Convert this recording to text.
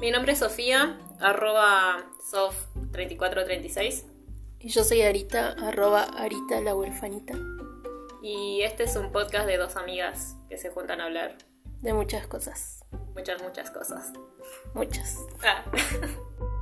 Mi nombre es Sofía, arroba sof3436. Y yo soy Arita, arroba Arita la huerfanita. Y este es un podcast de dos amigas que se juntan a hablar De muchas cosas. muchas, muchas cosas. Muchas. Ah.